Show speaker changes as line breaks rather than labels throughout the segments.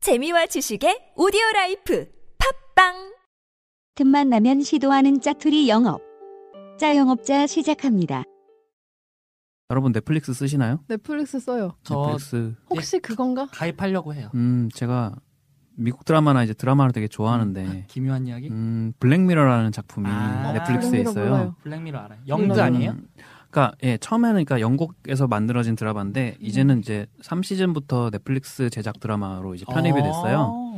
재미와 지식의 오디오 라이프 팝빵
틈만 나면 시도하는 짜투리 영업. 짜영업자 시작합니다.
여러분 넷플릭스 쓰시나요?
넷플릭스 써요.
예.
저
넷플릭스.
혹시 그건가?
가입하려고 해요.
음, 제가 미국 드라마나 이제 드라마를 되게 좋아하는데
기묘한 이야기?
네. 음, 블랙미러라는 작품이
아,
넷플릭스에
블랙미러
있어요.
몰라요.
블랙미러 알아요. 영드
음.
아니에요?
음, 그러니까 예, 처음에는 그러니까 영국에서 만들어진 드라마인데
음.
이제는 이제 3시즌부터 넷플릭스 제작 드라마로 이제 편입이 됐어요.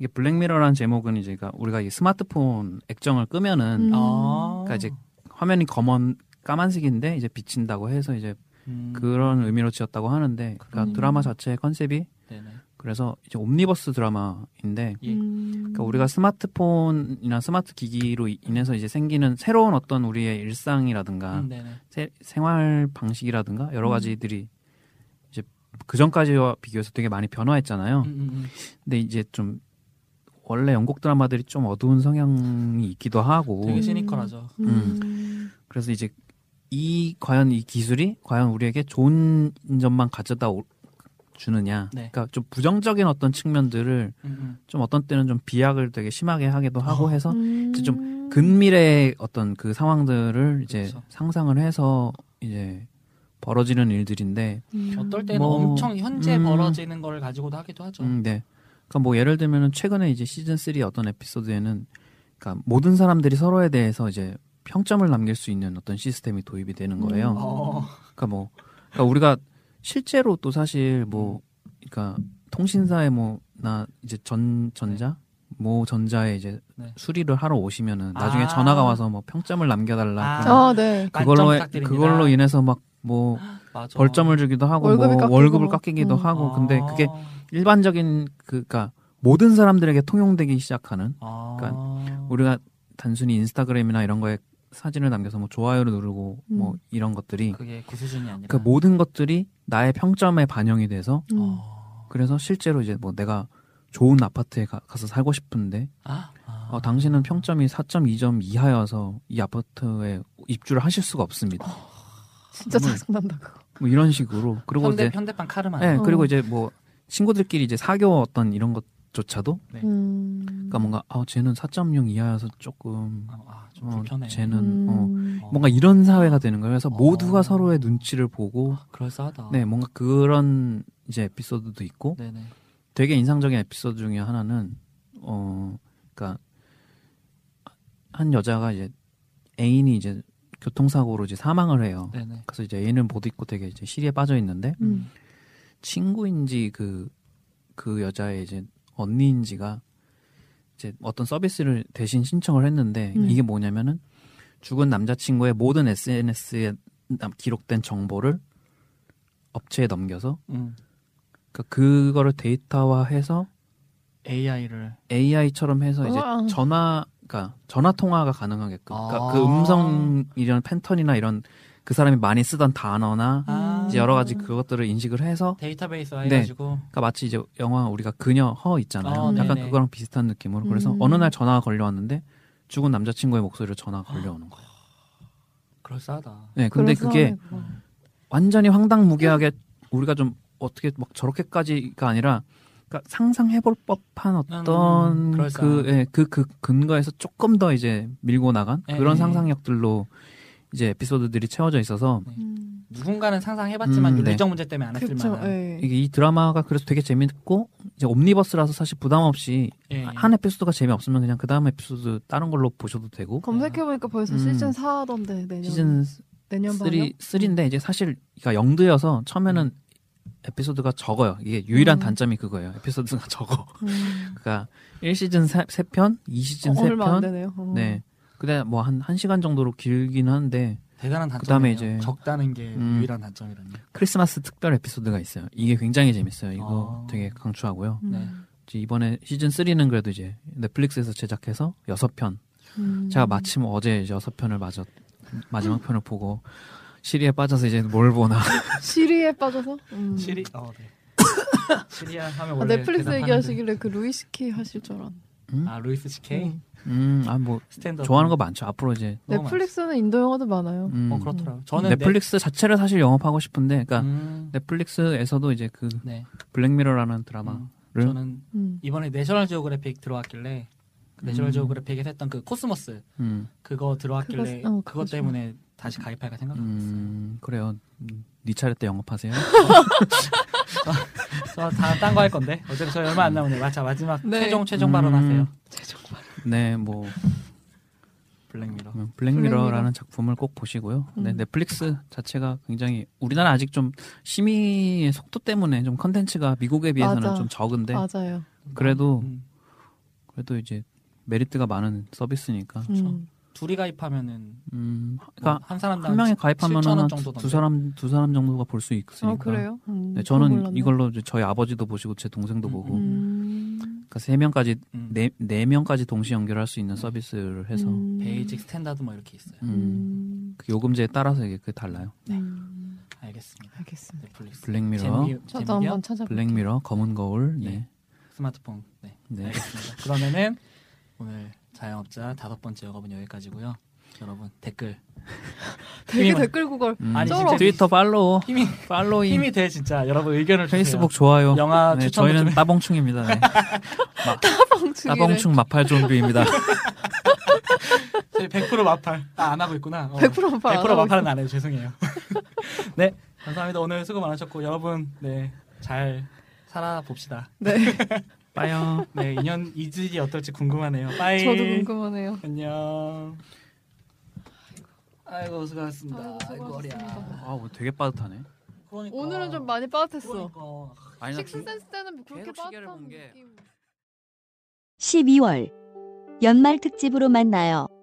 이게 블랙미러라는 제목은 이제 그러니까 우리가 이 스마트폰 액정을 끄면은
음.
아.
그러니까 이제 화면이 검은 까만색인데 이제 비친다고 해서 이제
음.
그런 의미로 지었다고 하는데 그러니까
그렇군요.
드라마 자체의 컨셉이
네네.
그래서 이제 옴니버스 드라마인데
예.
음.
그러니까 우리가 스마트폰이나 스마트 기기로 이- 인해서 이제 생기는 새로운 어떤 우리의 일상이라든가
음, 네네.
세- 생활 방식이라든가 여러 가지들이 이제 그 전까지와 비교해서 되게 많이 변화했잖아요.
음, 음, 음.
근데 이제 좀 원래 영국 드라마들이 좀 어두운 성향이 있기도 하고
되게 시니컬하죠.
음.
그래서 이제 이 과연 이 기술이 과연 우리에게 좋은 점만 가져다 오- 주느냐.
네.
그러니까 좀 부정적인 어떤 측면들을
음, 음.
좀 어떤 때는 좀 비약을 되게 심하게 하기도 하고
어.
해서 이제
좀
근미래의 어떤 그 상황들을 이제
그렇죠.
상상을 해서 이제 벌어지는 일들인데,
음.
음. 어떨 때는
뭐,
엄청 현재
음.
벌어지는 걸 가지고도 하기도 하죠.
음, 네. 그러니까 뭐 예를 들면은 최근에 이제 시즌 3 어떤 에피소드에는, 그러니까 모든 사람들이 서로에 대해서 이제 평점을 남길 수 있는 어떤 시스템이 도입이 되는 거예요.
음.
어.
그러니까 뭐 그러니까 우리가 실제로 또 사실 뭐
음.
그러니까 통신사에 뭐나 이제 전 전자 뭐 전자에 이제
네.
수리를 하러 오시면은 나중에
아.
전화가 와서 뭐 평점을 남겨달라
아.
그러면
아, 네.
만점
그걸로 해-
부탁드립니다.
그걸로 인해서 막 뭐
맞아.
벌점을 주기도 하고
월급이
뭐
깎이고
월급을
막.
깎이기도
음.
하고
아.
근데 그게 일반적인 그니까 그러니까 모든 사람들에게 통용되기 시작하는
아.
그러니까 우리가 단순히 인스타그램이나 이런 거에 사진을 남겨서 뭐 좋아요를 누르고 뭐
음.
이런 것들이
그게 그 수준이 아니라.
그 모든 것들이 나의 평점에 반영이 돼서
음.
어.
그래서 실제로 이제 뭐 내가 좋은 아파트에 가, 서 살고 싶은데
아. 아.
어, 당신은 평점이 4.2점 이하여서 이 아파트에 입주를 하실 수가 없습니다.
진짜
음.
짜증난다 그거.
뭐 이런 식으로 그리고
현대
이제
현대판 카르마.
예
어.
그리고 이제 뭐 친구들끼리 이제 사교 어떤 이런 것조차도
네.
음.
그러니까 뭔가 아 쟤는 4.0 이하여서 조금
아, 아, 좀
어,
불편해.
쟤는 어,
음.
뭔가 이런 사회가 되는 거예요. 그래서
어. 아.
모두가 서로의 눈치를 보고
그럴싸하다.
네 뭔가 그런 이제 에피소드도 있고
네네.
되게 인상적인 에피소드 중에 하나는 어 그러니까 한 여자가 이제 애인이 이제 교통사고로 이제 사망을 해요.
네네.
그래서 이제 애인은 못 잊고 되게 이제 시리에 빠져 있는데
음.
친구인지 그 그 여자의 이제 언니인지가 이제 어떤 서비스를 대신 신청을 했는데
음.
이게 뭐냐면은 죽은 남자친구의 모든 SNS에 기록된 정보를 업체에 넘겨서
음.
그러니까 그거를 데이터화해서
AI를
AI처럼 해서 이제
우와.
전화 그러니까 전화 통화가 가능하게끔 그러니까
아.
그 음성 이런 팬턴이나 이런 그 사람이 많이 쓰던 단어나
아.
이제 여러 가지 그것들을 인식을 해서
데이터베이스
네.
해가지고
그러니까 마치 이제 영화 우리가 그녀 허 있잖아요.
아,
약간
네네.
그거랑 비슷한 느낌으로 그래서
음.
어느 날 전화가 걸려왔는데 죽은 남자친구의 목소리로 전화가 걸려오는 거예요.
그럴싸하다.
네, 근데
그런
그게
상황에 그거.
완전히 황당무계하게 우리가 좀 어떻게 막 저렇게까지가 아니라 그러니까 상상해볼 법한
음,
어떤
그럴싸한.
그, 예, 그, 그 근거에서 조금 더 이제 밀고 나간
예,
그런
예.
상상력들로 이제 에피소드들이 채워져 있어서
음.
누군가는 상상해봤지만
음,
윤리적 문제 때문에 안 했을
그렇죠.
만한.
예.
이게 이 드라마가 그래서 되게 재밌고 이제 옴니버스라서 사실 부담 없이
예.
한 에피소드가 재미없으면 그냥 그 다음 에피소드 다른 걸로 보셔도 되고
검색해 보니까 벌써
음.
시즌 4던데 내년
시즌
내년 반이요?
3, 3인데 이제 사실 그러니까 영드여서 처음에는 에피소드가 적어요. 이게 유일한
음.
단점이 그거예요. 에피소드가 적어.
음.
그러니까 1시즌 3편, 2시즌
어, 얼마 안
3편.
되네요. 어.
네. 근데 뭐 한 1시간 정도로 길긴 한데
대단한 단점.
그다음에 이제-
적다는 게
음.
유일한 단점이라니.
크리스마스 특별 에피소드가 있어요. 이게 굉장히 재밌어요. 이거
아.
되게 강추하고요.
음.
네.
이제 이번에 시즌 3는 그래도 이제 넷플릭스에서 제작해서 6편.
음.
제가 마침 어제 6편을 맞았 마지막 편을 보고 시리에 빠져서 이제 뭘 보나
시리에 빠져서 음.
시리. 어, 네. 시리아 하면
아,
원래
넷플릭스
대답하는데.
얘기하시길래 그 루이스키 하실 줄 알았네.
아 루이스 CK
음.
음, 아 뭐
스탠드.
좋아하는 거 많죠. 앞으로 이제
넷플릭스는 인도 영화도 많아요.
음,
어 그렇더라고. 저는
넷플릭스 자체를 사실 영업하고 싶은데,
넷-
그러니까
음,
넷플릭스에서도 이제 그
네.
블랙미러라는 드라마를
저는
음.
이번에 내셔널 지오그래픽 들어왔길래 그 내셔널
음.
지오그래픽에서 했던 그 코스모스
음,
그거 들어왔길래
그거- 어,
그것
그거죠.
때문에 다시 가입할까 생각.
음, 그래요. 음, 니 차례 때 영업하세요.
저다딴거 할 건데 어차피 저희 얼마 안 남은데 맞자 마지막
네.
최종 최종
음.
발언하세요.
네, 뭐
블랙미러.
음, 블랙미러라는 작품을 꼭 보시고요. 네,
음.
넷플릭스 자체가 굉장히 우리나라 아직 좀 심의의 속도 때문에 좀 컨텐츠가 미국에 비해서는
맞아.
좀 적은데
맞아요.
그래도
음.
그래도 이제 메리트가 많은 서비스니까.
음.
둘이 가입하면은
음, 그러니까
뭐한 사람당
한 명에 가입하면
7,000원
한
정도던데.
두 사람 두 사람 정도가 볼 수 있으니까.
아 그래요? 음,
네,
그건
저는
몰랐네.
이걸로 이제 저희 아버지도 보시고 제 동생도
음,
보고
음.
그러니까 세 명까지
음.
네, 네 명까지 동시 연결할 수 있는 서비스를 해서
음.
베이직 스탠다드 뭐 이렇게 있어요.
음, 그 요금제에 따라서 이게 그 달라요.
음.
알겠습니다.
알겠습니다.
넷플릭스.
블랙미러,
제목이
저도
제목이요?
한번 찾아볼게요.
블랙미러, 검은 거울.
예.
네.
스마트폰. 네.
네.
알겠습니다. 그러면은 오늘 자영업자 다섯 번째 영업은 여기까지고요. 여러분 댓글
되게
힘이-
댓글 구걸.
음,
아니,
진짜
트위터 팔로우,
힘이
팔로잉,
힘이 돼 진짜 여러분 의견을 주세요.
페이스북 좋아요.
영화
네,
추천도
저희는
좀 해.
따봉충입니다. 네.
따봉충이래.
따봉충 마팔 좀비입니다.
저희 100% 마팔 아, 안 하고 있구나. 어.
100% 마팔 안
100%
하고
마팔은 안 해요. 죄송해요. 네 감사합니다. 오늘 수고 많으셨고 여러분 네잘 살아봅시다.
네.
빠요.
네 인연 이질이 어떨지 궁금하네요. 빠이.
저도 궁금하네요.
안녕. 아이고 수고하셨습니다.
아이고, 수고하셨습니다.
아, 오늘 되게 빠듯하네.
그러니까.
오늘은 좀 많이 빠듯했어.
그러니까.
아니, 나 중-
식스센스 때는 뭐 그렇게
계속 시계를
빠듯한
본 게-
느낌.
12월 연말 특집으로 만나요.